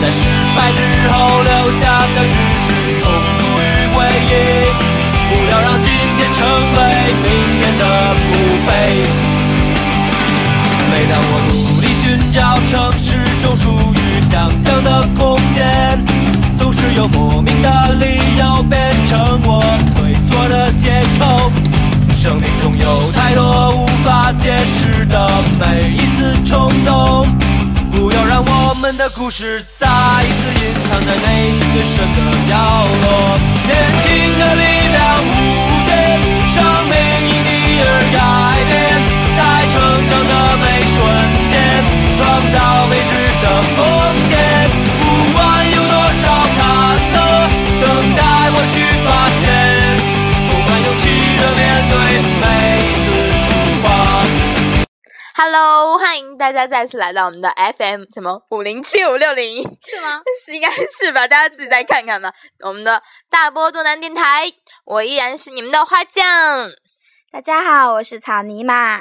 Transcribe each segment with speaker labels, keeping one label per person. Speaker 1: 在失败之后留下的只是痛苦与回忆。不要让今天成为明天的不悲。每当我努力寻找城市中属于想象的空间，总是有莫名的理由变成我退缩的借口。生命中有太多无法解释的每一次冲动，不要让我们的故事再一次隐藏在内心最深的角落。年轻的力量无限，生命因你而改变，在成长的每瞬间，创造未知的疯癫。不管有多少坎坷，等待我去发现，充满勇气的面对每一次出发。
Speaker 2: Hello，欢迎大家再次来到我们的 FM 什么五零七五六零一，
Speaker 3: 是吗？
Speaker 2: 是应该是吧？大家自己再看看吧。我们的大波多南电台，我依然是你们的花匠。
Speaker 3: 大家好，我是草泥马。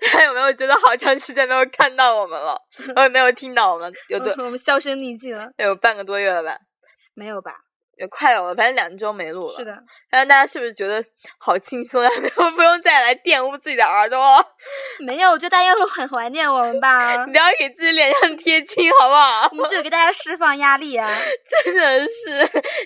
Speaker 2: 大家有没有觉得好长时间没有看到我们了？我也没有听到我们，有多
Speaker 3: 我们销声匿迹了？
Speaker 2: 有半个多月了吧？
Speaker 3: 没有吧？
Speaker 2: 也快有了，反正两周没录了。
Speaker 3: 是，的，
Speaker 2: 但大家是不是觉得好轻松啊？ 没有不用再来玷污自己的耳朵，
Speaker 3: 没有。我觉得大家会很怀念我们吧
Speaker 2: 你。不要给自己脸上贴金，好不好
Speaker 3: 我？们只有给大家释放压力啊！
Speaker 2: 真的是，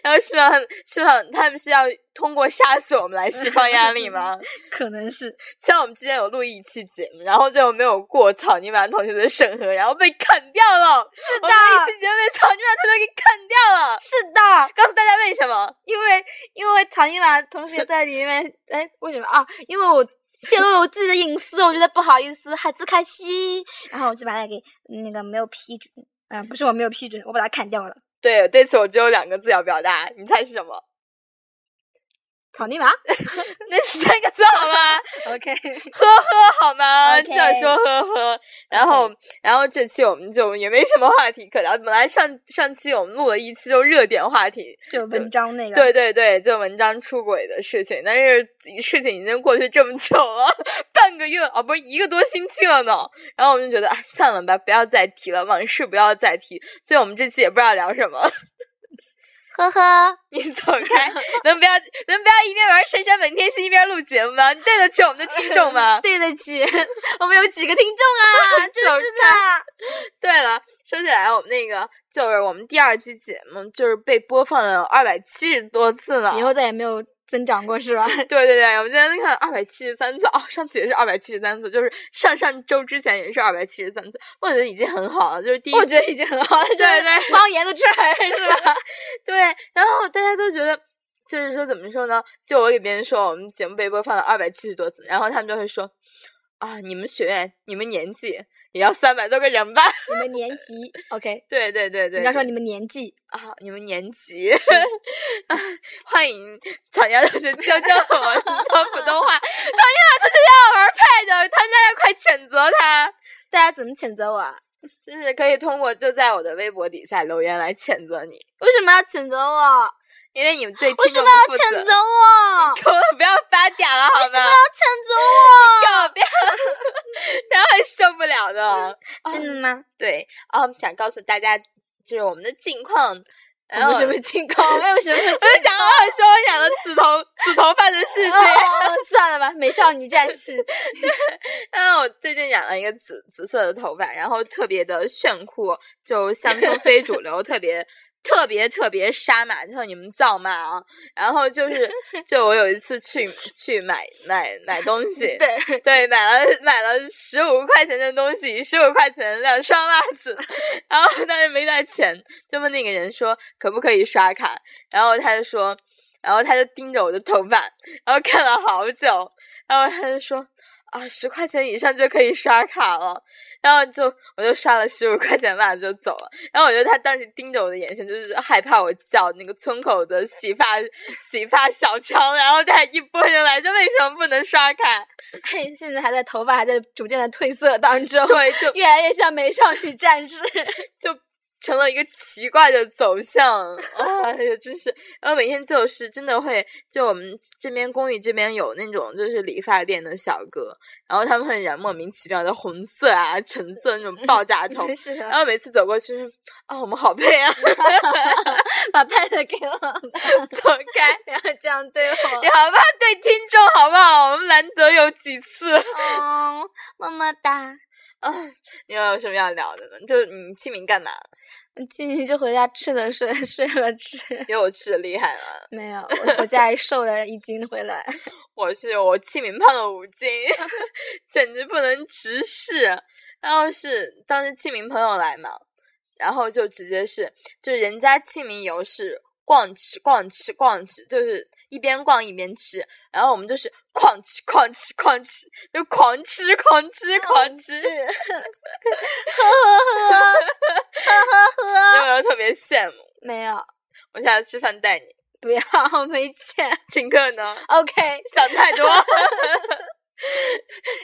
Speaker 2: 然后释放释放，他们是要通过杀死我们来释放压力吗？
Speaker 3: 可能是
Speaker 2: 像我们之前有录一期节目，然后最后没有过草泥马同学的审核，然后被砍掉了。
Speaker 3: 是
Speaker 2: 我们一期节目被草泥马同学给砍掉了，
Speaker 3: 是的，
Speaker 2: 告诉大家为什么？
Speaker 3: 因为因为草泥马同学在里面， 哎，为什么啊？因为我泄露了我自己的隐私，我觉得不好意思，还自开心，然后我就把它给那个没有批准，啊、不是我没有批准，我把它砍掉了。
Speaker 2: 对，对此我只有两个字要表达，你猜是什么？
Speaker 3: 草泥马
Speaker 2: 那是三个字好吗？
Speaker 3: ，OK，
Speaker 2: 呵呵好吗？
Speaker 3: OK
Speaker 2: 就想说呵呵。然后然后这期我们就也没什么话题可聊，本来上上期我们录了一期就热点话题，
Speaker 3: 就文章那个，
Speaker 2: 对对对，就文章出轨的事情，但是事情已经过去这么久了，半个月哦，不是一个多星期了呢。然后我们就觉得，哎，算了吧，不要再提了，往事不要再提。所以我们这期也不知道聊什么。
Speaker 3: 呵呵，？
Speaker 2: 你走开，能不要能不要一边玩《神山本天心》一边录节目吗？你对得起我们的听众吗
Speaker 3: 对得起，我们有几个听众啊，真
Speaker 2: 走
Speaker 3: 是的。
Speaker 2: 对了，说起来，我们那个就是我们第二期节目，就是被播放了二百七十多次呢。
Speaker 3: 以后再也没有增长过是 吧？
Speaker 2: 对对对，我们今天看二百七十三次哦，上次也是二百七十三次，就是上上周之前也是二百七十三次，我觉得已经很好了，就是第一，
Speaker 3: 我觉得已经很好了，
Speaker 2: 对
Speaker 3: 就是
Speaker 2: 对
Speaker 3: 方言都出来了是吧？
Speaker 2: 对，然后大家都觉得，就是说怎么说呢？就我给别人说我们节目被播放了二百七十多次，然后他们就会说啊，你们学院你们年纪也要三百多个人吧？
Speaker 3: 你们年级 OK，
Speaker 2: 对对对对，
Speaker 3: 应该说
Speaker 2: 对
Speaker 3: 你们年纪
Speaker 2: 啊，你们年级， 啊欢迎厂家同学教教我们说普通话，厂 家同学要玩 Pad，他家要快谴责他。
Speaker 3: 大家怎么谴责我？啊？
Speaker 2: 就是可以通过就在我的微博底下留言来谴责你，
Speaker 3: 为什么要谴责我？
Speaker 2: 因为你对
Speaker 3: 为
Speaker 2: 听
Speaker 3: 什
Speaker 2: 众
Speaker 3: 么要
Speaker 2: 不负责
Speaker 3: 谴责我？
Speaker 2: 够了，不要发嗲了好
Speaker 3: 为什么
Speaker 2: 吗
Speaker 3: 要？谴
Speaker 2: 够了，不要，大家会受不了的。
Speaker 3: 责我？真的吗？
Speaker 2: 对，哦，想告诉大家就是我们的近况，然
Speaker 3: 哎我
Speaker 2: 后
Speaker 3: 们什么情况？没有什么情
Speaker 2: 我就想好好说我讲的紫头紫头发的 事情。
Speaker 3: 况。哦算了吧，美少女战 士。
Speaker 2: 嗯，我最近染了一个紫紫色的头发，然后特别的炫酷，就乡村非主流，特别 特别特别杀马特，你们造骂啊！然后就是，就我有一次去去买买买东西，
Speaker 3: 对，
Speaker 2: 对，买了买了十五块钱的东西，十五块钱两双袜子， 然后但是没带钱，就问那个人说可不可以刷卡，然后他就说，然后他就盯着我的头发，然后看了好久，然后他就说啊，十块钱以上就可以刷卡了，然后就我就刷了十五块钱袜子就走了，然后我觉得他当时盯着我的眼神就是害怕我叫那个村口的洗发洗发小强，然后他一拨人来就为什么不能刷卡？
Speaker 3: 嘿现在还在头发还在逐渐的褪色当中，
Speaker 2: 对，就
Speaker 3: 越来越像美少女战士。，
Speaker 2: 就成了一个奇怪的走向啊！也真是，然后每天就是真的会，就我们这边公寓这边有那种就是理发店的小哥，然后他们会染莫名其妙的红色啊、橙色那种爆炸头
Speaker 3: 是
Speaker 2: 然
Speaker 3: 的，
Speaker 2: 后每次走过去，啊，我们好配啊，
Speaker 3: 把 pad 给我，
Speaker 2: 走开。
Speaker 3: 不要这样对我
Speaker 2: 你。好不好？对听众好不好？我们难得有几次。 啊
Speaker 3: 嗯，么么哒。
Speaker 2: 你有什么要聊的呢？就是你清明干嘛？
Speaker 3: 今天嗯就回家吃了睡，睡了吃。
Speaker 2: 因为我吃的厉害了，
Speaker 3: 没有，我回家还瘦了一斤回 来。
Speaker 2: 我是我清明胖了五斤， 简直不能直视。然后是当时清明朋友来嘛，然后就直接是，就是人家清明游是逛吃逛吃逛吃，就是一边逛一边吃，然后我们就是狂吃狂吃狂吃，就狂吃狂吃狂吃，因
Speaker 3: 啊
Speaker 2: 为我就特别羡慕。
Speaker 3: 没有，
Speaker 2: 我下次吃饭带你。
Speaker 3: 不要，没钱。
Speaker 2: 请客呢？
Speaker 3: OK，
Speaker 2: 想太多。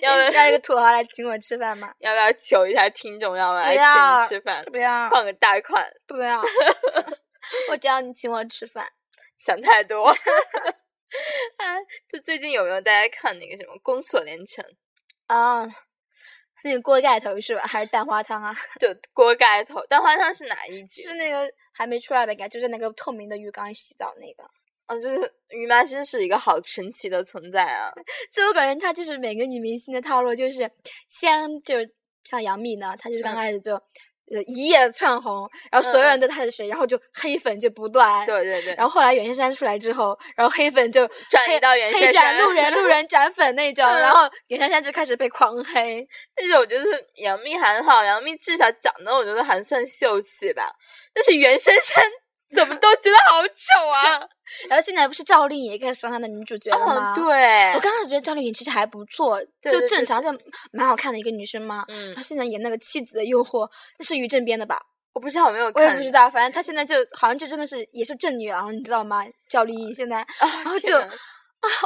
Speaker 2: 要不要
Speaker 3: 让一个土豪来请我吃饭吗？
Speaker 2: 要不要求一下听众，要不要来
Speaker 3: 不
Speaker 2: 请
Speaker 3: 要
Speaker 2: 你吃饭，
Speaker 3: 不要，
Speaker 2: 放个大款？
Speaker 3: 不要。 我只要你请我吃饭。
Speaker 2: 想太多。 啊，就最近有没有大家看那个什么《宫锁连城》？
Speaker 3: 啊，那个锅盖头是吧？还是蛋花汤啊？
Speaker 2: 就锅盖头蛋花汤是哪一集？
Speaker 3: 是那个还没出来吧？应该就是那个透明的浴缸里洗澡那个。
Speaker 2: 哦，就是于妈真是一个好神奇的存在 啊！
Speaker 3: 所以我感觉她就是每个女明星的套路，就是先就是像杨幂呢，她就是刚
Speaker 2: 嗯
Speaker 3: 开始就呃一夜窜红，然后所有人都她是谁，然后就黑粉就不断。。
Speaker 2: 对对对，
Speaker 3: 然后后来袁姗姗出来之后，然后黑粉就
Speaker 2: 转移
Speaker 3: 黑
Speaker 2: 到袁姗嗯
Speaker 3: 黑转
Speaker 2: 姗
Speaker 3: 路人，路人转粉 那种，然后袁姗姗就开始被狂黑。
Speaker 2: 但是我觉得杨幂还好，杨幂至少长得我觉得还算秀气吧。但是袁姗姗怎么都觉得好丑 啊！
Speaker 3: 然后现在不是赵丽颖也开始当她的女主角了吗？
Speaker 2: 哦，。对
Speaker 3: 我，刚开始觉得赵丽颖其实还不错，
Speaker 2: 对对
Speaker 3: 就正常，就蛮好看的一个女生嘛。
Speaker 2: 嗯
Speaker 3: 然后，现在演那个《妻子的诱惑》，那是于正编的吧？
Speaker 2: 我不知道有没有
Speaker 3: 我
Speaker 2: 看，
Speaker 3: 也不知道，反正她现在就好像就真的是也是正女郎，你知道吗？赵丽颖现在啊，
Speaker 2: 啊，
Speaker 3: 然后
Speaker 2: 天
Speaker 3: 就
Speaker 2: 哪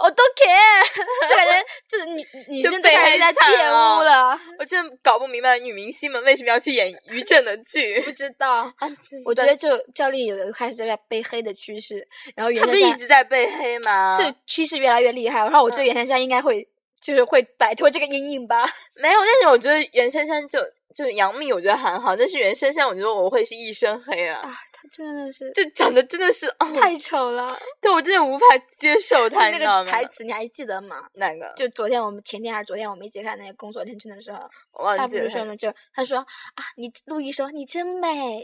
Speaker 3: 我都 care，就感觉 就是女女
Speaker 2: 就
Speaker 3: 生都
Speaker 2: 被
Speaker 3: 开始
Speaker 2: 黑
Speaker 3: 在
Speaker 2: 惨
Speaker 3: 玷污了，
Speaker 2: 我真的搞不明白女明星们为什么要去演于正的
Speaker 3: 不
Speaker 2: 剧。
Speaker 3: 知 道。啊我觉得就赵丽颖有开始在被黑的趋势，然后袁
Speaker 2: 她不是
Speaker 3: 姗
Speaker 2: 一
Speaker 3: 姗
Speaker 2: 直在被黑吗？
Speaker 3: 这趋势越来越厉害，然后我觉得
Speaker 2: 嗯
Speaker 3: 袁姗姗应该会就是会摆脱这个阴 影吧。
Speaker 2: 没有，但是我觉得袁姗姗就就杨幂我觉得还好，但是袁姗姗我觉得我会是一身黑啊，
Speaker 3: 啊，她真的是
Speaker 2: 就长得真的是， 哦、
Speaker 3: 太丑了。
Speaker 2: 对我真的无法接受她，你
Speaker 3: 那
Speaker 2: 知道吗？
Speaker 3: 个台词你还记得吗？
Speaker 2: 哪个？
Speaker 3: 就昨天我们前天还是昨天我们一起看那个《工作天真》的时候，
Speaker 2: 我忘
Speaker 3: 他
Speaker 2: 记
Speaker 3: 不是
Speaker 2: 了。
Speaker 3: 说嘛，就他说啊，你陆毅说你真美，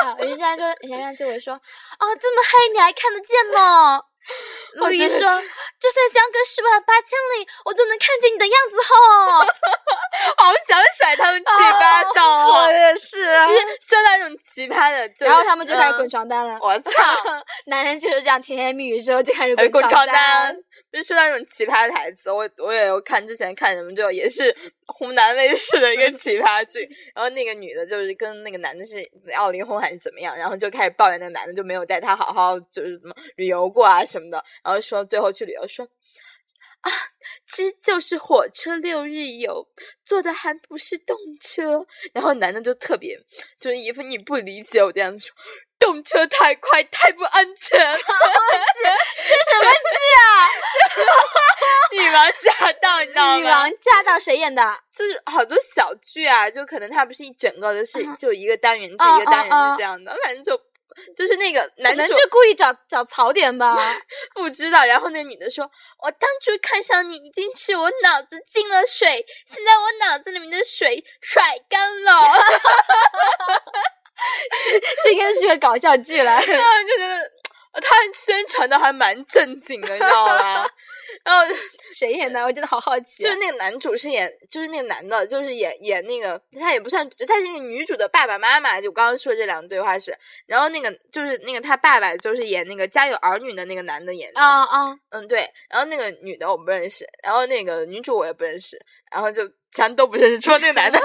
Speaker 3: 啊，人家说人家就会说哦，这么黑你还看得见呢。
Speaker 2: 我
Speaker 3: 陆毅
Speaker 2: 真的
Speaker 3: 说：“就算
Speaker 2: 是
Speaker 3: 相隔十万八千里，我都能看见你的样子吼。
Speaker 2: 好想甩他们几巴掌哦！
Speaker 3: 也是、 啊
Speaker 2: 就是说到那种奇葩的，就是
Speaker 3: 然后他们就开始滚
Speaker 2: 嗯
Speaker 3: 床单了。
Speaker 2: 我操！
Speaker 3: 男人就是这样甜言蜜语之后就开始
Speaker 2: 还有哎滚床
Speaker 3: 单
Speaker 2: 单。，就是说到那种奇葩的台词，我我也有看之前看什么，就也是湖南卫视的一个奇葩剧，然后那个女的就是跟那个男的是要离婚还是怎么样，然后就开始抱怨那个男的就没有带她好好就是怎么旅游过啊什么的，然后说最后去旅游说。啊，其实就是火车六日游，坐的还不是动车。然后男的就特别，就是一副你不理解我这样子说，动车太快，太不安全。
Speaker 3: 这什么
Speaker 2: 女王驾到，你知道
Speaker 3: 女
Speaker 2: 吗
Speaker 3: 王？驾到谁演的？
Speaker 2: 就是好多小剧啊，就可能它不是一整个的，是
Speaker 3: 啊
Speaker 2: 就一个单元剧、
Speaker 3: 啊
Speaker 2: 一个单
Speaker 3: 啊
Speaker 2: 元
Speaker 3: 啊
Speaker 2: 剧这样的，反正就就是那个
Speaker 3: 可
Speaker 2: 男
Speaker 3: 能
Speaker 2: 主
Speaker 3: 就故意找找槽点吧。
Speaker 2: 不知道，然后那女的说：“我当初看上你已经是我脑子进了水，现在我脑子里面的水甩干了。
Speaker 3: 这应该是个搞笑剧 了。”
Speaker 2: 然后就觉得呃他宣传的还蛮正经的，你知道吗？ 然后
Speaker 3: 谁演的？我真的好好奇
Speaker 2: 就
Speaker 3: 啊。
Speaker 2: 是那个男主是演，就是那个男的，就是演演那个，他也不算，他是那个女主的爸爸妈妈。就我刚刚说这两个对话是，然后那个就是那个他爸爸就是演那个《家有儿女》的那个男的演的，
Speaker 3: 啊啊！
Speaker 2: 嗯对，然后那个女的我不认识，然后那个女主我也不认识，然后就全都不认识，除了那个 男的。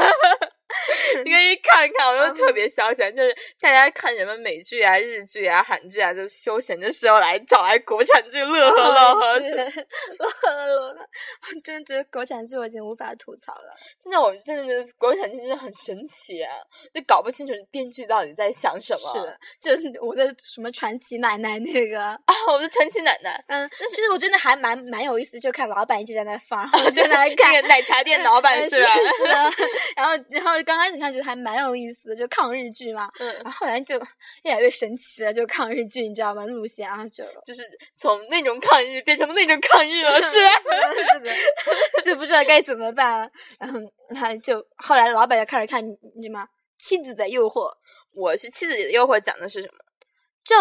Speaker 2: 你可以看看，我就
Speaker 3: 嗯
Speaker 2: 特别消闲，就是大家看什么美剧啊、日剧啊、韩剧
Speaker 3: 哦
Speaker 2: 啊，就休闲的时候来找来国产剧乐呵乐呵。是
Speaker 3: 乐呵乐呵。我真觉得国产剧我已经无法吐槽了。
Speaker 2: 真的，我真的觉得国产剧真的很神奇、啊，就搞不清楚编剧到底在想什么。
Speaker 3: 是的，就是我的什么传奇奶奶那个，
Speaker 2: 啊，我们的传奇奶 奶，
Speaker 3: 嗯，但是我真的还蛮蛮有意思，就看老板一直在那放， 然后
Speaker 2: 就
Speaker 3: 现在来看
Speaker 2: 那。个奶茶店老板
Speaker 3: 嗯
Speaker 2: 是吧？
Speaker 3: 是的然后然后刚开始看觉得还蛮有意思的，就抗日剧嘛，
Speaker 2: 嗯，
Speaker 3: 然后后来就越来越神奇了，就抗日剧你知道吗？路线，然后就
Speaker 2: 就是从那种抗日变成了那种抗日了，是吧？
Speaker 3: 嗯是的，就不知道该怎么办了。然后他就后来老板就开始看你什么《妻子的诱惑》
Speaker 2: 我是《妻子的诱惑》讲的是什么？
Speaker 3: 就，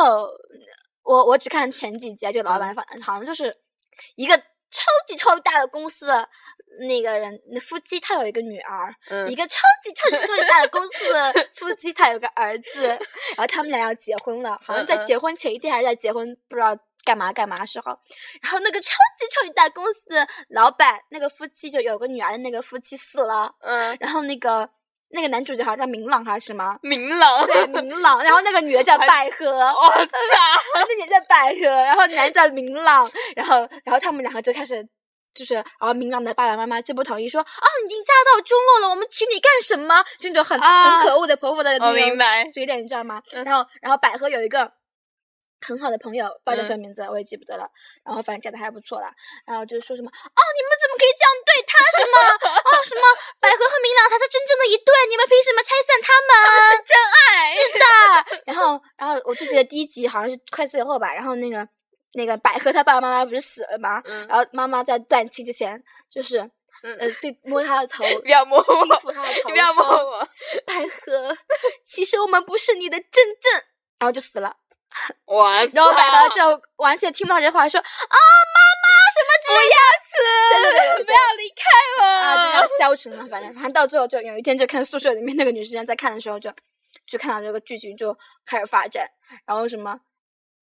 Speaker 3: 我我只看前几集啊，就老
Speaker 2: 嗯
Speaker 3: 板反好像就是一个超级超级大的公司的那个人那夫妻，他有一个女儿，
Speaker 2: 嗯
Speaker 3: 一个超级超级超级大的公司的夫妻，他有个儿子，然后他们俩要结婚了，好像在
Speaker 2: 嗯嗯
Speaker 3: 结婚前一天还是在结婚，不知道干嘛干嘛时候，然后那个超级超级大公司的老板，那个夫妻就有个女儿的那个夫妻死了，
Speaker 2: 嗯，。
Speaker 3: 然后那个那个男主角好像叫明朗还是什么
Speaker 2: 明 朗，
Speaker 3: 对，明朗，然后那个女的叫百合，
Speaker 2: 我操，
Speaker 3: 然后那年叫百合，然后男叫明朗， 然后然后他们两个就开始。就是，然后明朗的爸爸妈妈就不同意，说：“啊，你已经嫁到中落了，我们娶你干什么？”这种很、
Speaker 2: 啊
Speaker 3: 很可恶的婆婆的
Speaker 2: 我
Speaker 3: 那
Speaker 2: 明
Speaker 3: 种
Speaker 2: 白，
Speaker 3: 嘴脸，你知道吗？
Speaker 2: 嗯
Speaker 3: 然后，然后百合有一个很好的朋友，不知道叫什么名字，我也记不得了。然后反正长得还不错啦。然后就说什么：“哦，你们怎么可以这样对他？什么？ 哦，什么？百合和明朗才是真正的一对，你们凭什么拆散他们？”
Speaker 2: 是真爱，
Speaker 3: 是的。然后，然后我就记得第一集好像是快四以后吧，然后那个那个百合她爸爸妈妈不是死了吗？
Speaker 2: 嗯
Speaker 3: 然后妈妈在断气之前，就是
Speaker 2: 嗯
Speaker 3: 呃，对摸她的头，
Speaker 2: 不要摸
Speaker 3: 轻
Speaker 2: 我，
Speaker 3: 抚她的头，
Speaker 2: 你不要摸
Speaker 3: 说
Speaker 2: 我，
Speaker 3: 百合，其实我们不是你的真正，然后就死了。
Speaker 2: 我
Speaker 3: 然后百合
Speaker 2: 操
Speaker 3: 就完全听不到这话，说啊，
Speaker 2: 不要死，不要离开我，
Speaker 3: 啊，就这 样消沉了。反正反正到最后就有一天，就看宿舍里面那个女生在看的时候就，就看到这个剧情就开始发展，然后什么，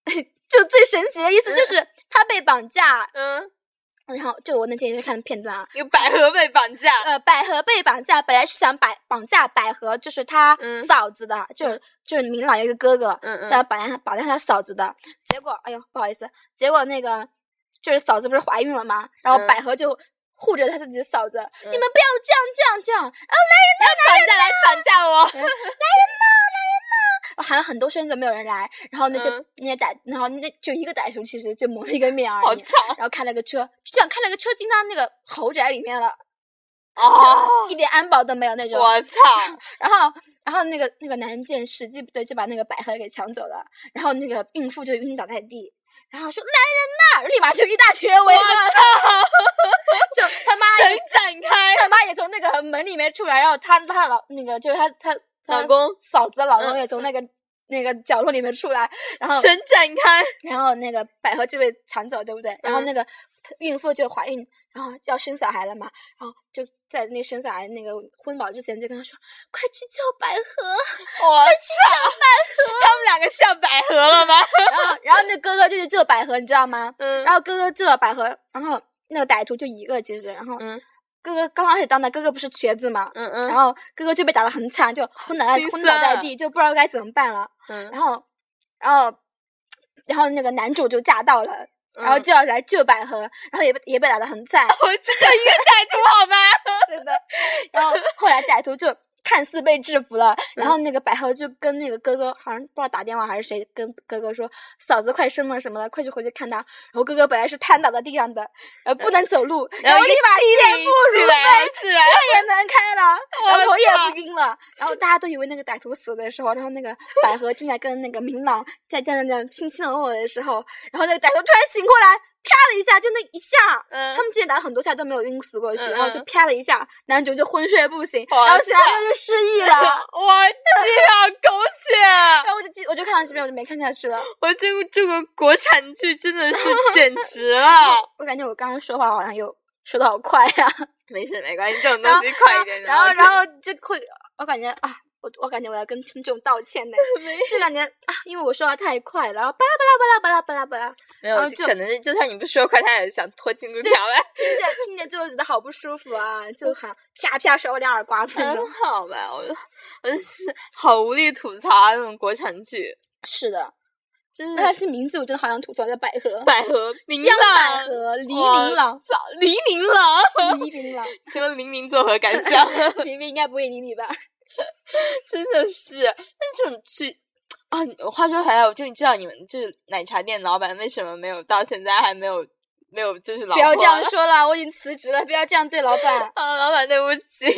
Speaker 3: 就最神奇的意思就是她被绑架，
Speaker 2: 嗯，
Speaker 3: 然后就我那天也是看片段啊。
Speaker 2: 有百合被绑架，
Speaker 3: 呃，百合被绑架，本来是想绑绑架百合，就是她
Speaker 2: 嗯
Speaker 3: 嫂子的，就是就是明朗有一个哥哥，
Speaker 2: 嗯嗯
Speaker 3: 是要绑架绑架他嫂子的。结果，哎呦，不好意思，结果那个就是嫂子不是怀孕了吗？然后
Speaker 2: 嗯
Speaker 3: 百合就护着她自己的嫂子，
Speaker 2: 嗯
Speaker 3: 你们不要这样这样这样，哦
Speaker 2: 绑架来绑架我，
Speaker 3: 嗯喊了很多声都哦没有人来，然后那些、
Speaker 2: 嗯
Speaker 3: 那些歹，然后那就一个歹徒其实就蒙了一个面而
Speaker 2: 好
Speaker 3: 已，
Speaker 2: 吵
Speaker 3: 然后开了个车，就这样开了个车进他那个豪宅里面了，
Speaker 2: 哦，
Speaker 3: 嗯就一点安保都没有那种。
Speaker 2: 我操，
Speaker 3: 然后然后那个那个男剑时机不对，就把那个百合给抢走了，然后那个孕妇就晕倒在地。然后说来人呐！立马就一大群人围过来，就他妈
Speaker 2: 神展开，
Speaker 3: 他妈也从那个门里面出来，然后她她的老那个就是她她她
Speaker 2: 老公
Speaker 3: 嫂子的老公
Speaker 2: 嗯
Speaker 3: 也从那个、那个角落里面出来，然后
Speaker 2: 神展开，
Speaker 3: 然后那个百合就被抢走，对不对？然
Speaker 2: 嗯
Speaker 3: 后那个孕妇就怀孕，然后要生小孩了嘛，然后就在那生小孩那个婚保之前就跟她说，快去救百合。
Speaker 2: 我操，他们两个像百合了吗？
Speaker 3: 然后然后那哥哥就去救百合，你知道吗？
Speaker 2: 嗯
Speaker 3: 然后哥哥救了百合，然后那个歹徒就一个其实，然后
Speaker 2: 嗯
Speaker 3: 哥哥刚开始当的哥哥不是瘸子嘛，
Speaker 2: 嗯
Speaker 3: 然后哥哥就被打得很惨，就昏倒在
Speaker 2: 心
Speaker 3: 昏倒在
Speaker 2: 酸啊
Speaker 3: 地，就不知道该怎么办了。
Speaker 2: 嗯，
Speaker 3: 然后，然后，然后那个男主就驾到了，然后
Speaker 2: 嗯
Speaker 3: 就要来救百合，然后也被也被打得很惨。
Speaker 2: 我只有一个歹徒好 吗？
Speaker 3: 是的。然后后来歹徒就看似被制服了，然
Speaker 2: 嗯
Speaker 3: 后那个百合就跟那个哥哥好像不知道打电话还是谁跟哥哥说，嫂子快生了什么的，快去回去看她。然后哥哥本来是瘫倒在地上的，呃不能走 路，然后
Speaker 2: 一
Speaker 3: 立马
Speaker 2: 起
Speaker 3: 健步如飞。
Speaker 2: 是 吧？
Speaker 3: 也能开了，然 后
Speaker 2: 我
Speaker 3: 头也
Speaker 2: 操
Speaker 3: 不晕了，然后大家都以为那个歹徒死的时候，然后那个百合正在跟那个明朗在这样这样卿卿我我的时候，然后那个歹徒突然醒过来，啪的一下，就那一下，
Speaker 2: 嗯
Speaker 3: 他，们之前打了很多下都没有晕死过去，
Speaker 2: 嗯
Speaker 3: 然后就
Speaker 2: 嗯
Speaker 3: 啪了一下，男主就昏睡不醒，
Speaker 2: 哇
Speaker 3: 然后其他
Speaker 2: 塞
Speaker 3: 人就失 忆了。
Speaker 2: 我去啊，狗血！
Speaker 3: 然后我就记，我就看到这边，我就没看 下去了。
Speaker 2: 我这个这个国产剧真的是简直 了。
Speaker 3: 我感觉我刚刚说话好像有说的好快呀、
Speaker 2: 没事没关系，这种
Speaker 3: 然后
Speaker 2: 东西快一点就
Speaker 3: 然后
Speaker 2: 好看。
Speaker 3: 然后然后就会，我感觉啊，我我感觉我要跟听众道歉呢， 就感觉啊，因为我说话太快了，然后巴拉巴拉巴拉巴拉巴拉巴拉，
Speaker 2: 没
Speaker 3: 然
Speaker 2: 有，
Speaker 3: 后
Speaker 2: 就
Speaker 3: 就
Speaker 2: 可能是就算你不说快，他也想拖进度条呗，
Speaker 3: 听着听着就觉得好不舒服啊，就很啪啪甩我两耳刮子那 种
Speaker 2: 很。好吧？我就我就是好无力吐槽啊，那种国产剧。
Speaker 3: 是的，
Speaker 2: 真
Speaker 3: 那
Speaker 2: 是
Speaker 3: 这名字我真的好想吐槽一下百合，
Speaker 2: 百合琳
Speaker 3: 江百
Speaker 2: 琅，
Speaker 3: 合，黎
Speaker 2: 哇
Speaker 3: 明朗，
Speaker 2: 操黎明了，
Speaker 3: 黎明朗，
Speaker 2: 请问黎明作何感 想？
Speaker 3: 黎明应该不会理你吧？
Speaker 2: 真的是，但这种去啊，我话说回来，我终于知道你们就是奶茶店老板为什么没有到现在还没有没有就是老
Speaker 3: 不要
Speaker 2: 婆
Speaker 3: 这样
Speaker 2: 了。
Speaker 3: 说了，我已经辞职了，不要这样对老板
Speaker 2: 啊，老板对不 起，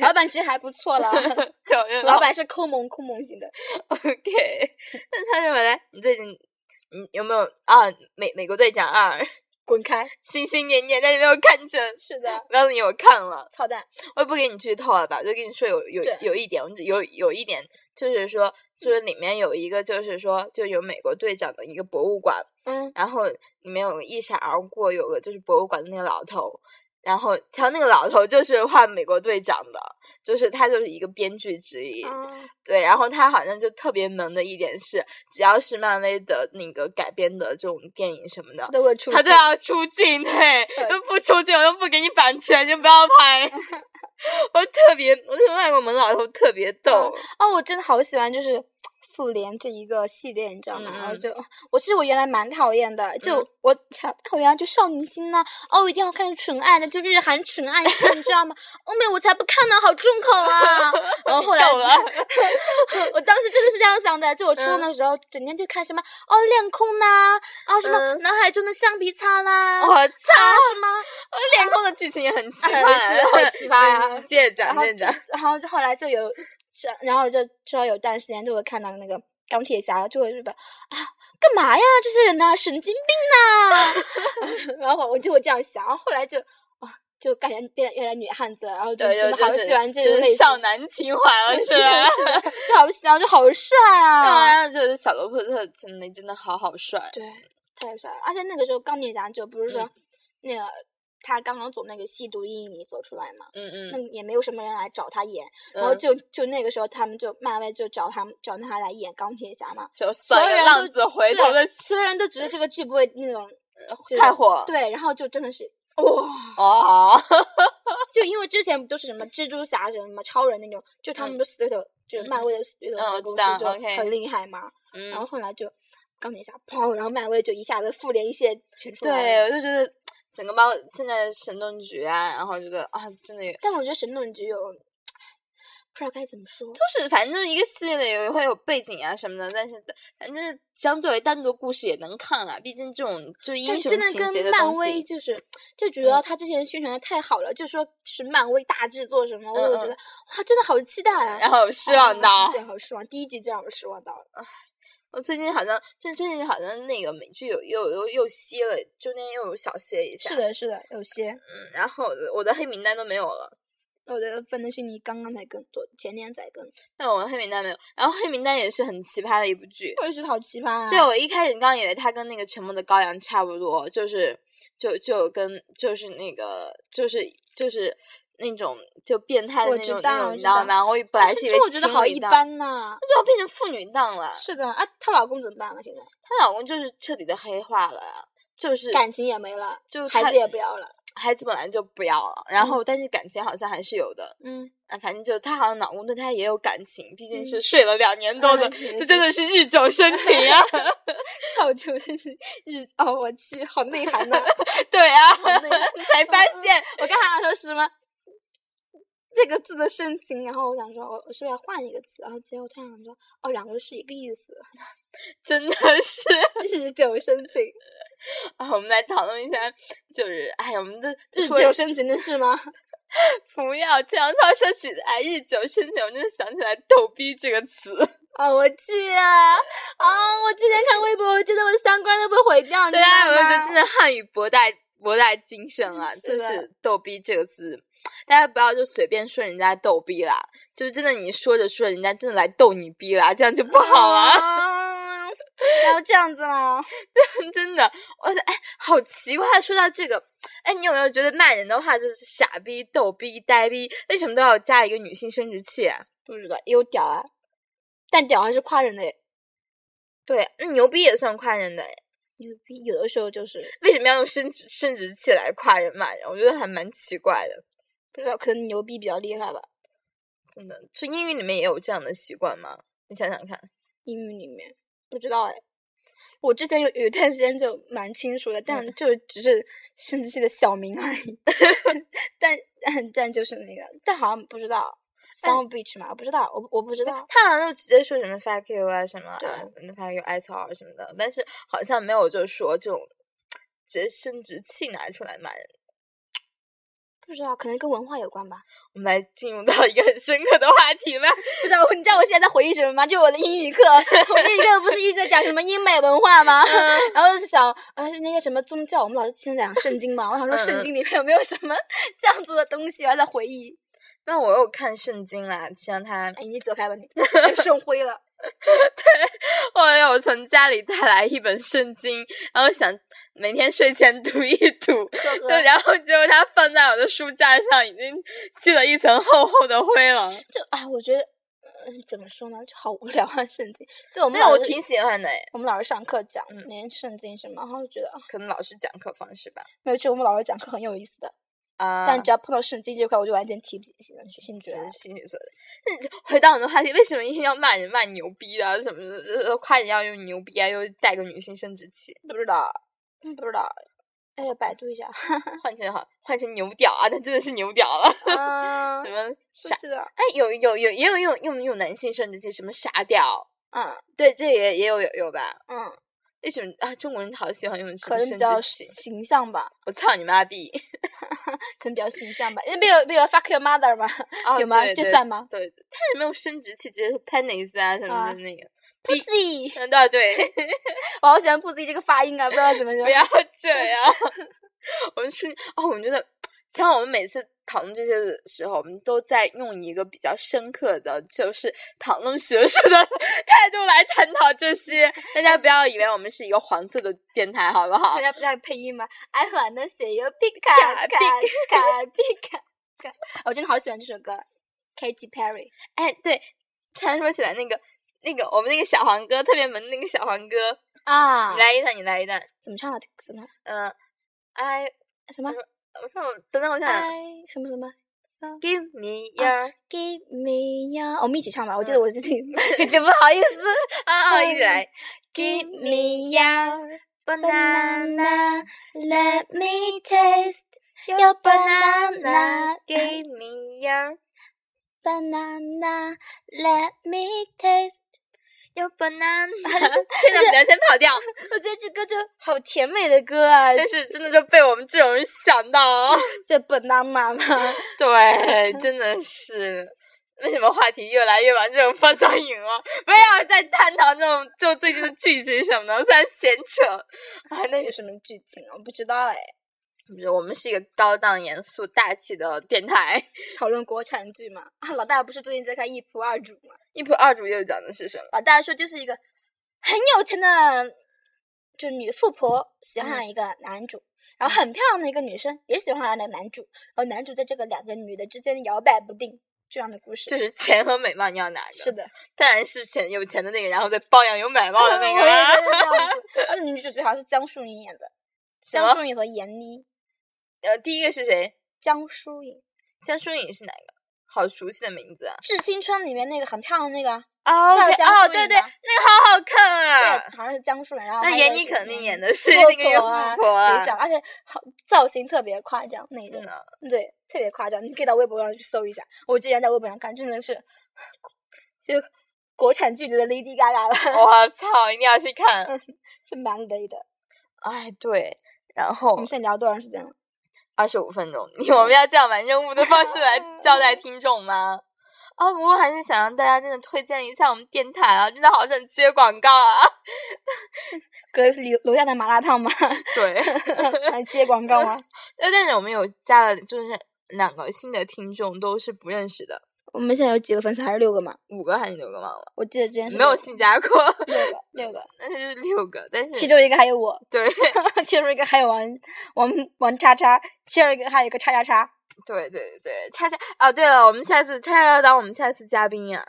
Speaker 3: 老板其实还不错 啦，
Speaker 2: 对，我觉得
Speaker 3: 老板是抠门抠门型的。
Speaker 2: OK。那穿什么来？你最近你有没有啊？美美国队长二
Speaker 3: 滚开！
Speaker 2: 心心念念，但是没有看成。
Speaker 3: 是的，
Speaker 2: 我告诉你，我看了，
Speaker 3: 操蛋！
Speaker 2: 我也不给你剧透了吧，就跟你说有有
Speaker 3: 对
Speaker 2: 有一点，我有有一点就是说，就是里面有一个就是说，就有美国队长的一个博物馆，
Speaker 3: 嗯，
Speaker 2: 然后里面有个一闪而过，有个就是博物馆的那个老头，然后瞧那个老头就是画美国队长的，就是他就是一个编剧之一，
Speaker 3: 嗯
Speaker 2: 对，然后他好像就特别萌的一点是，只要是漫威的那个改编的这种电影什么的。
Speaker 3: 都会出
Speaker 2: 他就
Speaker 3: 镜
Speaker 2: 要出镜，对，又不出镜，我又不给你版权，就不要 拍。我特别，我觉得外国萌老头特别逗，
Speaker 3: 哦，我真的好喜欢就是复联这一个系列，你知道吗？
Speaker 2: 嗯
Speaker 3: 然后
Speaker 2: 嗯
Speaker 3: 就我其实我原来蛮讨厌的，就、
Speaker 2: 嗯
Speaker 3: 我讨讨厌就少女心呐、哦，我一定要看纯爱的，就日韩纯爱系，你知道吗？欧美我才不看呢，好重口啊！然后后来
Speaker 2: 逗了。
Speaker 3: 我当时真的是这样想的，就我初
Speaker 2: 嗯
Speaker 3: 中的时候，整天就看什么哦恋空啦，啊什么
Speaker 2: 嗯哦
Speaker 3: 男孩中的橡皮擦啦，
Speaker 2: 我操！
Speaker 3: 啊什么，
Speaker 2: 我脸空的剧情也很嗯奇葩，
Speaker 3: 哎是好奇葩呀
Speaker 2: 嗯接着讲，
Speaker 3: 然后
Speaker 2: 接着
Speaker 3: 就
Speaker 2: 讲。
Speaker 3: 然后就后来就有，这然后就知道有段时间就会看到那个钢铁侠，就会觉得啊，干嘛呀？这些人呐、神经病呐、 然后我就会这样想，然后后来就啊，就感觉变得越来越女汉子了，然后就
Speaker 2: 对对，
Speaker 3: 真的
Speaker 2: 就
Speaker 3: 好
Speaker 2: 是
Speaker 3: 喜欢这
Speaker 2: 就
Speaker 3: 种类
Speaker 2: 是
Speaker 3: 型，
Speaker 2: 少男情怀了，
Speaker 3: 是
Speaker 2: 嗯是吧嗯
Speaker 3: 的，？是的就好喜欢，就好帅啊！
Speaker 2: 然后就是小罗伯特·陈雷真的好好帅，啊
Speaker 3: 对，太帅了！而且那个时候钢铁侠就不是说、
Speaker 2: 嗯
Speaker 3: 那个他刚刚从那个吸毒阴影里走出来嘛，
Speaker 2: 嗯
Speaker 3: 那
Speaker 2: 嗯，
Speaker 3: 也没有什么人来找他演。然后
Speaker 2: 嗯
Speaker 3: 就就那个时候，他们就漫威就找他们找他来演钢铁侠嘛，
Speaker 2: 就
Speaker 3: 所
Speaker 2: 算
Speaker 3: 有
Speaker 2: 一个
Speaker 3: 人
Speaker 2: 浪
Speaker 3: 都
Speaker 2: 子回头的
Speaker 3: 对，所有人都觉得这个剧不会那种就是
Speaker 2: 呃太火，
Speaker 3: 对，然后就真的是哇，
Speaker 2: 哦，
Speaker 3: 就因为之前不都是什么蜘蛛侠什么超人那种，就他们的 studio、就是漫威的 studio
Speaker 2: 嗯嗯我
Speaker 3: 那
Speaker 2: 知
Speaker 3: 个公
Speaker 2: 道
Speaker 3: 司就
Speaker 2: OK
Speaker 3: 很厉害嘛，然 后
Speaker 2: 嗯，
Speaker 3: 后来就钢铁侠砰，然后漫威就一下子复联一系列全出来
Speaker 2: 对，
Speaker 3: 了。
Speaker 2: 我就觉得整个包括现在的神盾局啊，然后觉得啊，真的有
Speaker 3: 但我觉得神盾局有不知道该怎么说，
Speaker 2: 就是反正就是一个系列的，有会有背景啊什么的，但是反正就是相作为单独故事也能看啊了，毕竟这种就是英
Speaker 3: 但
Speaker 2: 雄
Speaker 3: 真的
Speaker 2: 情节
Speaker 3: 跟
Speaker 2: 的
Speaker 3: 漫
Speaker 2: 东
Speaker 3: 威
Speaker 2: 西，嗯
Speaker 3: 就是，最主要他之前宣传的太好了，就说是漫威大制作什么，我
Speaker 2: 嗯
Speaker 3: 就觉得哇，真的好期待啊！
Speaker 2: 然后有失望到。
Speaker 3: 对，好失望。第一集就让我失望到了。
Speaker 2: 我最近好像，最最近好像那个美剧有又又又歇了，中间又有小歇一下。
Speaker 3: 是，的，是的，有些
Speaker 2: 嗯，然后我的我的黑名单都没有了，
Speaker 3: 我的分的是你刚刚才跟，昨前天才跟，
Speaker 2: 但我的黑名单没有。然后黑名单也是很奇葩的一部剧。
Speaker 3: 我也觉得好奇葩啊！
Speaker 2: 对，我一开始刚刚以为它跟那个《沉默的羔羊》差不多，就是就就跟就是那个就是就是那种就变态的
Speaker 3: 我
Speaker 2: 那
Speaker 3: 知
Speaker 2: 种
Speaker 3: 道
Speaker 2: 那种，
Speaker 3: 我
Speaker 2: 你
Speaker 3: 知
Speaker 2: 知道
Speaker 3: 道
Speaker 2: 吗？我本来是以为
Speaker 3: 这我觉得
Speaker 2: 情
Speaker 3: 好
Speaker 2: 侣
Speaker 3: 一
Speaker 2: 档，
Speaker 3: 般呐。
Speaker 2: 那就要变成妇女档了。
Speaker 3: 是的啊，她老公怎么办啊？现在
Speaker 2: 她老公就是彻底的黑化了呀，就是
Speaker 3: 感情也没了，
Speaker 2: 就
Speaker 3: 孩
Speaker 2: 她
Speaker 3: 子也不要了。
Speaker 2: 孩子本来就不要了，然
Speaker 3: 嗯
Speaker 2: 后但是感情好像还是有的。
Speaker 3: 嗯，
Speaker 2: 啊，反正就她好像老公对她也有感情，毕竟是
Speaker 3: 嗯
Speaker 2: 睡了两年多的，
Speaker 3: 哎也
Speaker 2: 这真的是日久生情 啊！
Speaker 3: 那我就是日哦，我去，好内 涵呐。
Speaker 2: 对啊，
Speaker 3: 内涵
Speaker 2: 你才发现
Speaker 3: 我刚才想说什么这个字的深情，然后我想说，我我是不是要换一个词？然后结果突然想说，哦，两个是一个意思，
Speaker 2: 真的是
Speaker 3: 日久生情，
Speaker 2: 啊！我们来讨论一下，就是哎呀，我们的
Speaker 3: 日
Speaker 2: 说
Speaker 3: 久生情的事吗？
Speaker 2: 不要这样超说起哎，日久生情，我真的想起来“逗逼”这个词。
Speaker 3: 啊、我去啊！啊，我今天看微博，我觉得我的三观都被毁掉，你
Speaker 2: 对
Speaker 3: 知
Speaker 2: 啊，我
Speaker 3: 道
Speaker 2: 就
Speaker 3: 吗
Speaker 2: 觉得 真的汉语博大博大精深啊，
Speaker 3: 是
Speaker 2: 就
Speaker 3: 的
Speaker 2: 是“逗逼”这个词，大家不要就随便说人家逗逼啦，就是真的你说着说着，人家真的来逗你逼啦，这样就不好了、
Speaker 3: 啊！然后这样子吗？
Speaker 2: 真的。我且哎，好奇怪，说到这个，哎，你有没有觉得骂人的话就是傻逼、逗逼、呆逼，为什么都要加一个女性生殖器啊、
Speaker 3: 不知道，也有屌啊，但屌还是夸人的耶，
Speaker 2: 对，那牛逼也算夸人的哎，
Speaker 3: 牛逼！有的时候就是
Speaker 2: 为什么要用生殖生殖器来夸人骂人？我觉得还蛮奇怪的。
Speaker 3: 不知道，可能牛逼比较厉害吧。
Speaker 2: 真的，是英语里面也有这样的习惯吗？你想想看，
Speaker 3: 英语里面不知道哎，我之前有有一段时间就蛮清楚的，
Speaker 2: 嗯
Speaker 3: 但就只是生殖器的小名而已。 但但但就是那个，但好像不知道 Sound Beach 嘛，我不知道，我我不知道。
Speaker 2: 他好像就直接说什么 fuck you 啊什么啊
Speaker 3: 对
Speaker 2: ，fuck you 艾草啊什么的，但是好像没有就是说这种直接生殖器拿出来骂人。
Speaker 3: 不知道，可能跟文化有关吧。
Speaker 2: 我们来进入到一个很深刻的话题吧。
Speaker 3: 不知道，你知道我现在在回忆什么吗？就我的英语课，我英语课不是一直在讲什么英美文化吗？ 然后就想，呃，是那些什么宗教，我们老师经常讲圣经嘛，我想
Speaker 2: 嗯
Speaker 3: 说
Speaker 2: 嗯
Speaker 3: 圣经里面有没有什么 这样子的东西，我还在回忆。
Speaker 2: 那我有看圣经啦，像他，
Speaker 3: 哎，你走开吧你， 被圣灰了。
Speaker 2: 我有从家里带来一本圣经，然后想每天睡前读一读，
Speaker 3: 呵 呵
Speaker 2: 对，然后结果它放在我的书架上，已经积了一层厚厚的灰了。
Speaker 3: 就啊，我觉得，嗯、怎么说呢，就好无聊啊，圣经。就我们
Speaker 2: 没有，
Speaker 3: 老
Speaker 2: 我
Speaker 3: 师
Speaker 2: 挺喜欢的诶，
Speaker 3: 我们老师上课讲
Speaker 2: 嗯
Speaker 3: 那些圣经什么，然后就觉得啊，
Speaker 2: 可能老师讲课方式吧。
Speaker 3: 没有，其实我们老师讲课很有意思的，
Speaker 2: 啊，
Speaker 3: 但只要碰到圣经这块，我就完全提不起兴趣
Speaker 2: 只
Speaker 3: 来
Speaker 2: 是。心理所的。那回到我们的话题，为什么一定要骂人骂牛逼啊？什么的呃夸人要用牛逼啊，又带个女性生殖器，
Speaker 3: 不知道，嗯不知道。哎呀，百度 一下。
Speaker 2: 换成好换成牛屌啊，那真的是牛屌了。
Speaker 3: 嗯
Speaker 2: 什，么傻
Speaker 3: 不？知道。
Speaker 2: 哎，有有有，也有用用用男性生殖器，什么傻屌？
Speaker 3: 嗯
Speaker 2: 对，这也也有有有吧？
Speaker 3: 嗯，
Speaker 2: 为什么啊？中国人好喜欢用什
Speaker 3: 可
Speaker 2: 么
Speaker 3: 能
Speaker 2: 生
Speaker 3: 比较
Speaker 2: 殖器？
Speaker 3: 形象吧，
Speaker 2: 我操你妈逼！
Speaker 3: 可能比较形 象吧。因为没有没有 fuck your mother 嘛，
Speaker 2: 啊
Speaker 3: 有吗？
Speaker 2: 对
Speaker 3: 这
Speaker 2: 对
Speaker 3: 算吗
Speaker 2: 对，他也没有生殖器，直接是 penis 啊什么
Speaker 3: 啊
Speaker 2: 的那个。
Speaker 3: ？pussy，
Speaker 2: 嗯，对对。
Speaker 3: 我好喜欢 pussy 这个发音啊，不知 道怎么说
Speaker 2: 不。要这样。我们是哦，我们觉得，像我们每次讨论这些的时候，我们都在用一个比较深刻的，就是讨论学术的态度来探讨这些。大家不要以为我们是一个黄色的电台，好不好
Speaker 3: 大？家不要配音吗？I wanna see you pick
Speaker 2: 卡
Speaker 3: up, pick up, pick up。我 真的好喜欢这首歌，Katy Perry。
Speaker 2: 哎，对，突然说起来那个。那个我们那个小黄哥特别萌，那个小黄哥，
Speaker 3: 啊
Speaker 2: 你来一段，你来一段，
Speaker 3: 怎么唱的？怎么唱
Speaker 2: 嗯、哎，
Speaker 3: 什么
Speaker 2: 我说我等等我想啊想
Speaker 3: ？I 什么什么
Speaker 2: give me your
Speaker 3: ？Give me your，我们一起唱吧。我记得
Speaker 2: 嗯
Speaker 3: 我自己 有点不好意思。
Speaker 2: 啊啊，一起 来
Speaker 3: Give me your
Speaker 2: banana
Speaker 3: banana, let me taste
Speaker 2: Your
Speaker 3: banana.
Speaker 2: Give me your
Speaker 3: banana, let me taste。
Speaker 2: your banana。现在不要先跑掉，
Speaker 3: 我觉得这歌就好甜美的歌 啊，
Speaker 2: 但是真的就被我们这种人想 到。哦
Speaker 3: 这 banana 嘛。
Speaker 2: 对，真的是。为什么话题越来越往这种方向引了？不要再探讨这种就最近的剧情什么的，虽然闲扯。
Speaker 3: 啊，那有什么剧情啊？我不知道哎。
Speaker 2: 我们是一个高档、严肃、大气的电台。
Speaker 3: 讨论国产剧嘛，啊，老大不是最近在看《一仆二主》嘛？
Speaker 2: 一仆二主又讲的是什么？
Speaker 3: 老大说就是一个很有钱的，就是女富婆喜欢
Speaker 2: 嗯
Speaker 3: 了一个男主，然后很漂亮的一个女生也喜欢了那个男主，然后男主在这个两个女的之间摇摆不定，这样的故事。
Speaker 2: 就是钱和美貌你要拿着，
Speaker 3: 是的，
Speaker 2: 当然是钱有钱的那个，然后再包养有美貌的那
Speaker 3: 我
Speaker 2: 个
Speaker 3: 也
Speaker 2: 啦
Speaker 3: 觉。得这样子而且女主角好像是江疏影演的，
Speaker 2: 什
Speaker 3: 江
Speaker 2: 么
Speaker 3: 疏影和闫妮，
Speaker 2: 呃，第一个是谁？
Speaker 3: 江疏影
Speaker 2: 江疏影是哪个？好熟悉的名字啊！
Speaker 3: 《致青春》里面那个很漂亮的那个，
Speaker 2: 哦
Speaker 3: 对
Speaker 2: 哦，
Speaker 3: 哦
Speaker 2: 对
Speaker 3: 对
Speaker 2: 对，那
Speaker 3: 对
Speaker 2: 个好好看啊！
Speaker 3: 对，好像是江疏影。然后还
Speaker 2: 那
Speaker 3: 有
Speaker 2: 闫妮
Speaker 3: 是
Speaker 2: 肯定演的是
Speaker 3: 富
Speaker 2: 那个岳
Speaker 3: 婆啊
Speaker 2: 富婆啊
Speaker 3: 理，想，而且好造型特别夸张那种
Speaker 2: 真，的。
Speaker 3: 对，特别夸张。你可以到微博上去搜一下，我之前在微博上看，真的是，就国产剧里的 Lady Gaga 吧，
Speaker 2: 我操，一定要去看！
Speaker 3: 是蛮雷的。
Speaker 2: 哎，对，然
Speaker 3: 我
Speaker 2: 后
Speaker 3: 们现在聊多长时间了？
Speaker 2: 二十五分钟，我们要这样玩任务的方式 来交代听众吗？啊、不过还是想让大家真的推荐一下我们电台啊，真的好想接广告啊！
Speaker 3: 隔楼楼下的麻辣烫吗？
Speaker 2: 对，
Speaker 3: 还接广告吗？
Speaker 2: 但但是我们有加了，就是两个新的听众都是不认识的，
Speaker 3: 我们现在有几个粉丝？还是六个吗？
Speaker 2: 五个还是六个忘了，
Speaker 3: 我记得之前是
Speaker 2: 没有
Speaker 3: 六个
Speaker 2: 新加过。
Speaker 3: 六个，六个，
Speaker 2: 但是就是六个，但是
Speaker 3: 其中一个还有我，
Speaker 2: 对
Speaker 3: 其中一个还有王王王叉叉，其中一个还有一个叉叉叉。
Speaker 2: 对对对对，恰恰啊，对了，我们下次恰恰要当我们下次嘉宾啊呀、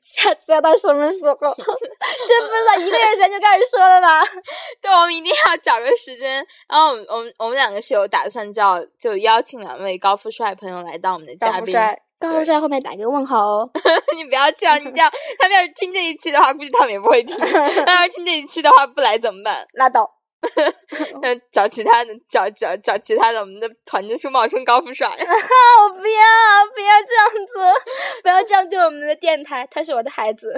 Speaker 3: 下次要到什么时候？ 真不知道一个月前就开始说了吧？
Speaker 2: 对，我们一定要找个时间。然后我 们我们我们两个是有打算叫就邀请两位高富帅朋友来当我们的嘉
Speaker 3: 高富
Speaker 2: 宾，
Speaker 3: 帅，高富帅后面打个问号哦。
Speaker 2: 你不要这样，你这样，他们要是听这一期的话，估计他们也不 会听。他要是听这一期的话不来怎么办？
Speaker 3: 拉倒。
Speaker 2: 那找其他的，找找找其他的，我们的团支书冒充高富帅。
Speaker 3: 我不要，不要这样子，不要这样对我们的电台，他是我的孩子。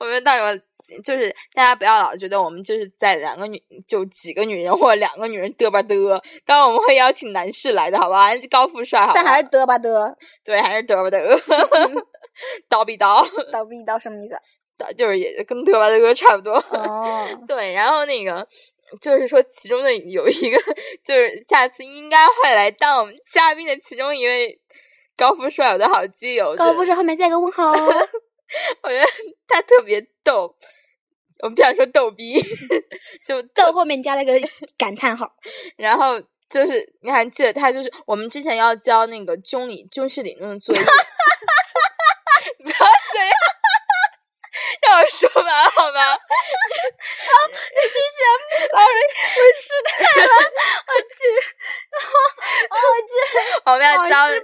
Speaker 2: 我们到底就是大家不要老觉得我们就是在两个女就几个女人或者两个女人嘚吧嘚，当然我们会邀请男士来的，好吧？高富帅好吧，
Speaker 3: 但还是嘚 吧嘚，
Speaker 2: 对，还是嘚吧嘚， 叨逼叨，
Speaker 3: 倒逼刀什么意
Speaker 2: 啊
Speaker 3: 思？
Speaker 2: 叨就是也跟嘚吧嘚差不多。
Speaker 3: 哦，
Speaker 2: 对，然后那个就是说，其中的有一个就是下次应该会来当我们嘉宾的其中一位高富帅，我的好基友。
Speaker 3: 高
Speaker 2: 对
Speaker 3: 富帅后面加个问号哦。
Speaker 2: 我觉得他特别逗，我不想说逗逼， 就
Speaker 3: 逗后面加了个感叹号。
Speaker 2: 哦然后就是你还记得他就是我们之前要交那个军理军事理论 作业，不要这样，让我说完 好吗？啊 我们要交我们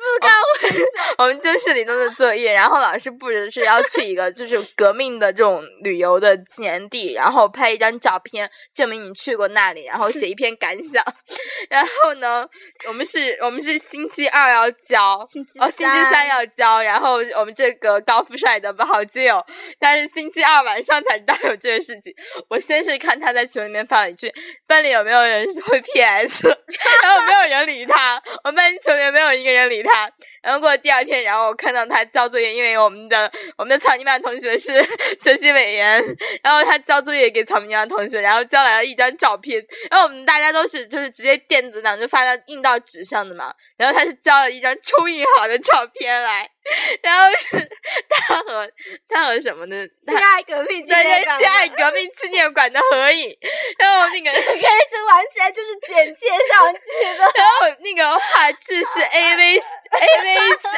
Speaker 2: 我们就是理论的作业，然后老师布置是要去一个就是革命的这种旅游的纪念地，然后拍一张照片证明你去过那里，然后 写一篇感想。 然后呢，我们是我们是星期二要交。
Speaker 3: 星期
Speaker 2: 哦，星期三 要交，然后我们这个高富帅的好基友，他是星期二晚上才知道有这个事情。我先是看他在群里面发了一句：“班里有没有人会 PS？” 然后没有人理他，我们班群里面没有一个人理他。然后过了第二天，然后我看到他交作业，因为我们的我们的草泥马同学是 学习委员，然后他交作业给草泥马同学，然后交来了一张照片，然后我们大家都是就是直接电子档就发到印到纸上的嘛，然后他是交了一张冲印好的照片来，然后是 他和他和什么呢？
Speaker 3: 西
Speaker 2: 他
Speaker 3: 爱革命纪
Speaker 2: 在
Speaker 3: 念
Speaker 2: 热
Speaker 3: 馆，
Speaker 2: 西爱革命 纪念馆的合影，然后那个。
Speaker 3: 这个人玩起来就是简介上去的，
Speaker 2: 然后那个画质是 A V A V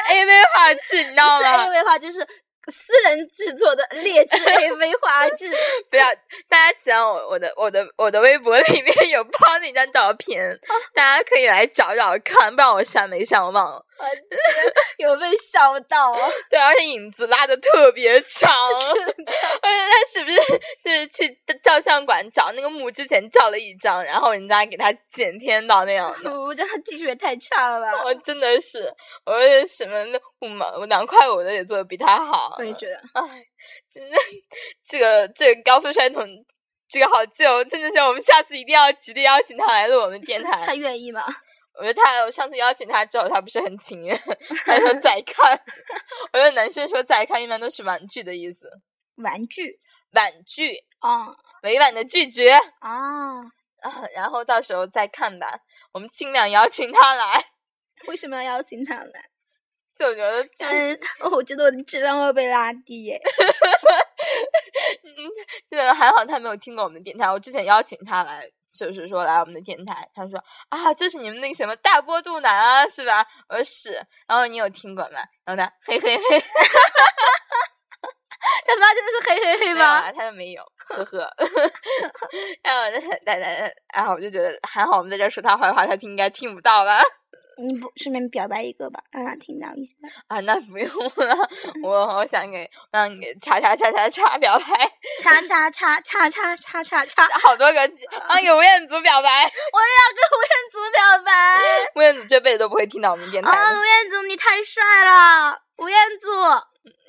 Speaker 2: A V 画质，你知道
Speaker 3: 不是
Speaker 2: 吗？
Speaker 3: A V 画，就是私人制作的劣质 A V 画质。
Speaker 2: 不要，大家只要我我的我的我的微博里面有抛那张照片，大家可以来找找看，不知道我删没删，我忘了。
Speaker 3: 我天 有被笑 到啊，
Speaker 2: 对，而且影子拉的特别长，我觉得他是不是就是去照相馆找那个墓之前照了一张，然后人家给他剪贴到那样的？
Speaker 3: 我觉得他技术也太差了 吧。
Speaker 2: 我真的是，我是什么五毛我难怪我的也做的比他好。
Speaker 3: 我也觉得，
Speaker 2: 哎，真的，这个这个高富帅同这个好基友，真的是我们下次一定要极力邀请他来录我们电
Speaker 3: 他
Speaker 2: 台。
Speaker 3: 愿意吗？
Speaker 2: 我觉得他，我上次邀请他之后，他不是很情愿，他说再看。 我觉得男生说再看，一般都是婉拒的意思，
Speaker 3: 玩具
Speaker 2: 婉拒，
Speaker 3: 啊
Speaker 2: 委婉的拒绝。
Speaker 3: 啊！
Speaker 2: 啊然后到时候再看吧，我们尽量邀请他来。
Speaker 3: 为什么要邀请他来？
Speaker 2: 就我觉得 就
Speaker 3: 嗯，哦我觉得我的智商会被拉低耶。
Speaker 2: 这个还好他没有听过我们的电台。我之前邀请他来，就是说来我们的电台，他说啊，就是你们那个什么大波肚腩啊，是吧？我说是，然后你有听过吗？然后他嘿嘿嘿，
Speaker 3: 他妈真的是嘿嘿嘿
Speaker 2: 没有
Speaker 3: 吗？
Speaker 2: 啊，他说没 有，呵呵。然后大家，然后我就觉得还好，我们在这儿说他坏话，他听应该听不到吧？
Speaker 3: 你不顺便表白一个吧，让他听到一下。
Speaker 2: 啊，那不用了，我我想给让你给叉叉叉叉叉表白，
Speaker 3: 叉叉叉叉叉叉叉叉，
Speaker 2: 好 多个，啊，给吴彦祖表白，
Speaker 3: 我要跟吴彦祖表 白。
Speaker 2: 吴彦祖这辈子都不会听到我们电台的。
Speaker 3: 啊，吴彦祖你太帅了，吴彦祖，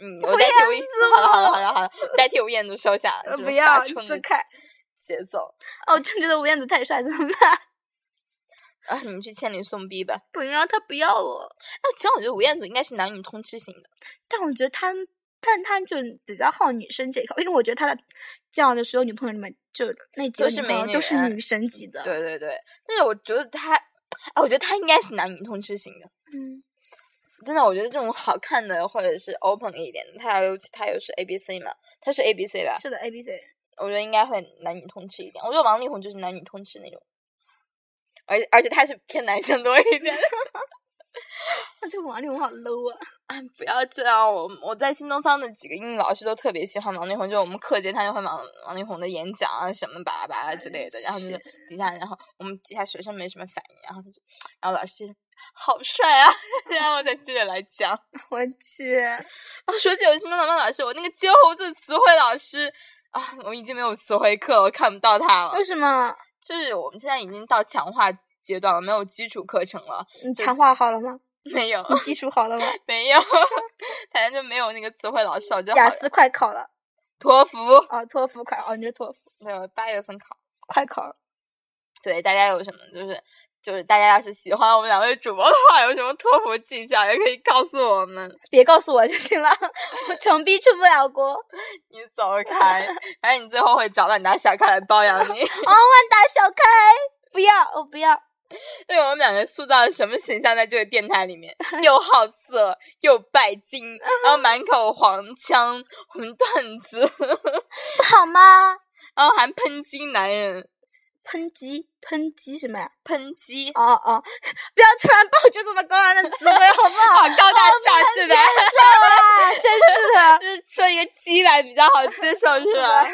Speaker 2: 嗯，我代替吴
Speaker 3: 彦
Speaker 2: 彦
Speaker 3: 祖
Speaker 2: 祖，好了好了好了好了，代替吴彦祖收下，
Speaker 3: 呃
Speaker 2: 这
Speaker 3: 不
Speaker 2: 种
Speaker 3: 要
Speaker 2: 发春
Speaker 3: 自
Speaker 2: 的
Speaker 3: 开。
Speaker 2: 节奏
Speaker 3: 哦，我真觉得吴彦祖太帅，怎么办？
Speaker 2: 啊！你们去千里送逼吧。
Speaker 3: 不要，他不要我。
Speaker 2: 啊，其实我觉得吴彦祖应该是男女通吃型的，
Speaker 3: 但我觉得他，但他就比较好女生这一块，因为我觉得他的这样的所有女朋友里面，就那几
Speaker 2: 都
Speaker 3: 个
Speaker 2: 是
Speaker 3: 女朋友
Speaker 2: 美
Speaker 3: 都是
Speaker 2: 女嗯
Speaker 3: 女神级的。，
Speaker 2: 对对对。但是我觉得他，啊，我觉得他应该是男女通吃型的。
Speaker 3: 嗯，
Speaker 2: 真的，我觉得这种好看的或者是 open 一点的，他又他又是 A B C 嘛，他是 A B C 吧？
Speaker 3: 是的，A B C。
Speaker 2: 我觉得应该会男女通吃一点。我觉得王力宏就是男女通吃那种，而且而且他是偏男生多一点。
Speaker 3: 我这王力宏好 low 啊！
Speaker 2: 哎，不要这样！我我在新东方的几个英语老师都特别喜欢王力宏，就我们课间他就会王王力宏的演讲啊什么巴拉巴拉之类的，然后就是是底下，然后我们底下学生没什么反应，然后他就，然后老师好帅啊！ 然后我才接着来讲。
Speaker 3: 我去，
Speaker 2: 啊，说起我心中的漫老师，我那个揪猴子词汇老师啊，我们已经没有词汇课了，我看不到他了
Speaker 3: 为。什么
Speaker 2: 就是我们现在已经到强化阶段了，没有基础课程了，
Speaker 3: 你强化好了吗？
Speaker 2: 没有，
Speaker 3: 你基础好了吗？
Speaker 2: 没有， 反正就没有那个词汇老师了，就好
Speaker 3: 雅
Speaker 2: 了。
Speaker 3: 思快考了，
Speaker 2: 托福，
Speaker 3: 哦，托福快，哦，你是托福
Speaker 2: 没有，八月份考。
Speaker 3: 快考了，
Speaker 2: 对，大家有什么就是就是大家要是喜欢我们两位主播的话，有什么托福技巧也可以告诉我们。
Speaker 3: 别告诉我就行了， 我穷逼出不了国。万
Speaker 2: 你走开，反正你最后会找到你家小咖来包养你。
Speaker 3: 达小开，不要，我不要，
Speaker 2: 对我们两个塑造了什么形象在这个电台里面？又好色，又拜金，然后满口黄腔、混段子，
Speaker 3: 不好吗？
Speaker 2: 然后还抨击男人，
Speaker 3: 抨击，抨击什么呀？
Speaker 2: 抨击，
Speaker 3: 哦哦，不要突然爆出这么高昂的词汇，好不
Speaker 2: 好
Speaker 3: 好？
Speaker 2: 高大上是的，
Speaker 3: 啊，真是的，
Speaker 2: 就是说一个鸡来比较好接受，是
Speaker 3: 啊
Speaker 2: 吧？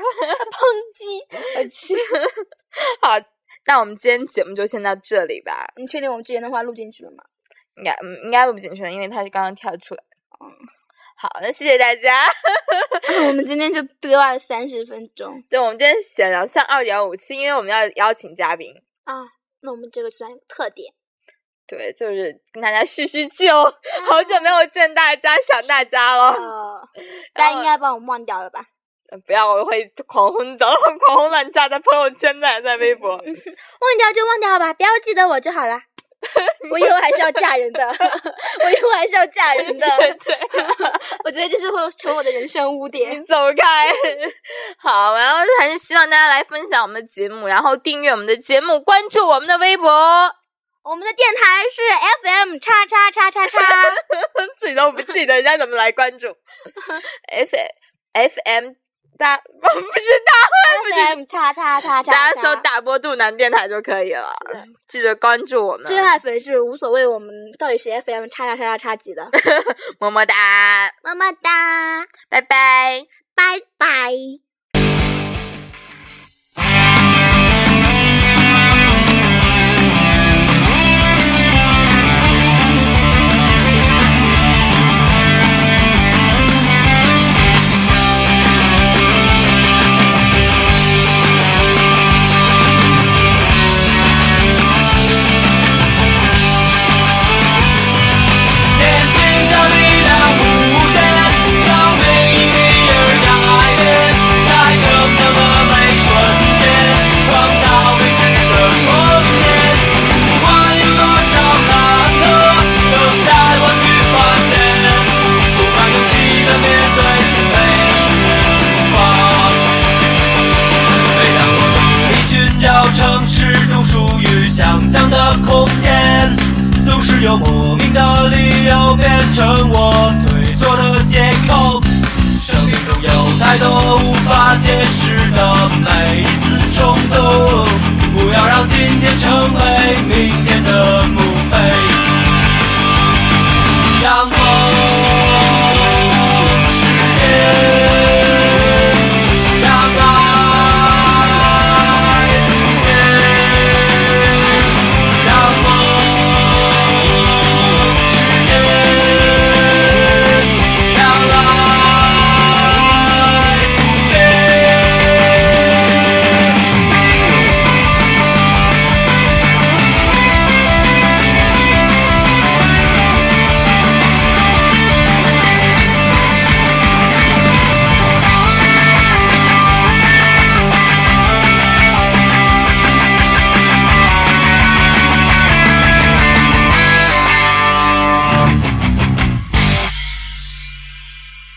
Speaker 3: 抨击！我去，
Speaker 2: 好，那我们今天节目就先到这里吧。
Speaker 3: 你确定我们之前的话录进去了吗？
Speaker 2: 应该嗯应该录不进去了，因为他是刚刚跳出来。嗯好，那谢谢大家。
Speaker 3: 我们今天就对话了三十分钟
Speaker 2: 对，我们今天闲聊算二点五期，因为我们要邀请嘉宾。
Speaker 3: 啊，那我们这个算特 点。
Speaker 2: 对，就是跟大家叙叙旧，好久没有见大家，想大家了。
Speaker 3: 哦，
Speaker 2: 然
Speaker 3: 大
Speaker 2: 后
Speaker 3: 家应该把我忘掉了吧？
Speaker 2: 呃不要，我会狂轰的，狂轰滥炸，在朋友圈在在微博。
Speaker 3: 忘掉就忘掉吧，不要记得我就好了。 我以后还是要嫁人的， 我以后还是要嫁人的。 我觉得这是会成我的人生污点
Speaker 2: 你。走开。 好，然后还是希望大家来分享我们的节目，然后订阅我们的节目，关注我们的微博。
Speaker 3: 我们的电台是 FM 叉叉叉叉 叉。
Speaker 2: 自己都不记得人家怎么来关注。F F M 大， 我不知道。
Speaker 3: FM 叉叉叉叉，
Speaker 2: 大家搜“大波肚腩电台”就可以了，记得关注我们。
Speaker 3: 真爱粉是啊无所谓，我们到底是 FM 叉叉叉叉叉几的？
Speaker 2: 么么哒，
Speaker 3: 么么哒，
Speaker 2: 拜拜。
Speaker 3: 拜拜。
Speaker 1: 年轻的力量无限，生命一滴一儿改变，在成长的每瞬间，创造未知的空间。不管有多少坎坷，等待我去发现，充满勇气的面对，每次出发。每当我努力寻找城市中属于想象的空间，总是有莫名的理由变成我退缩的借口。生命中有太多无法解释的每一次冲动，不要让今天成为明天的目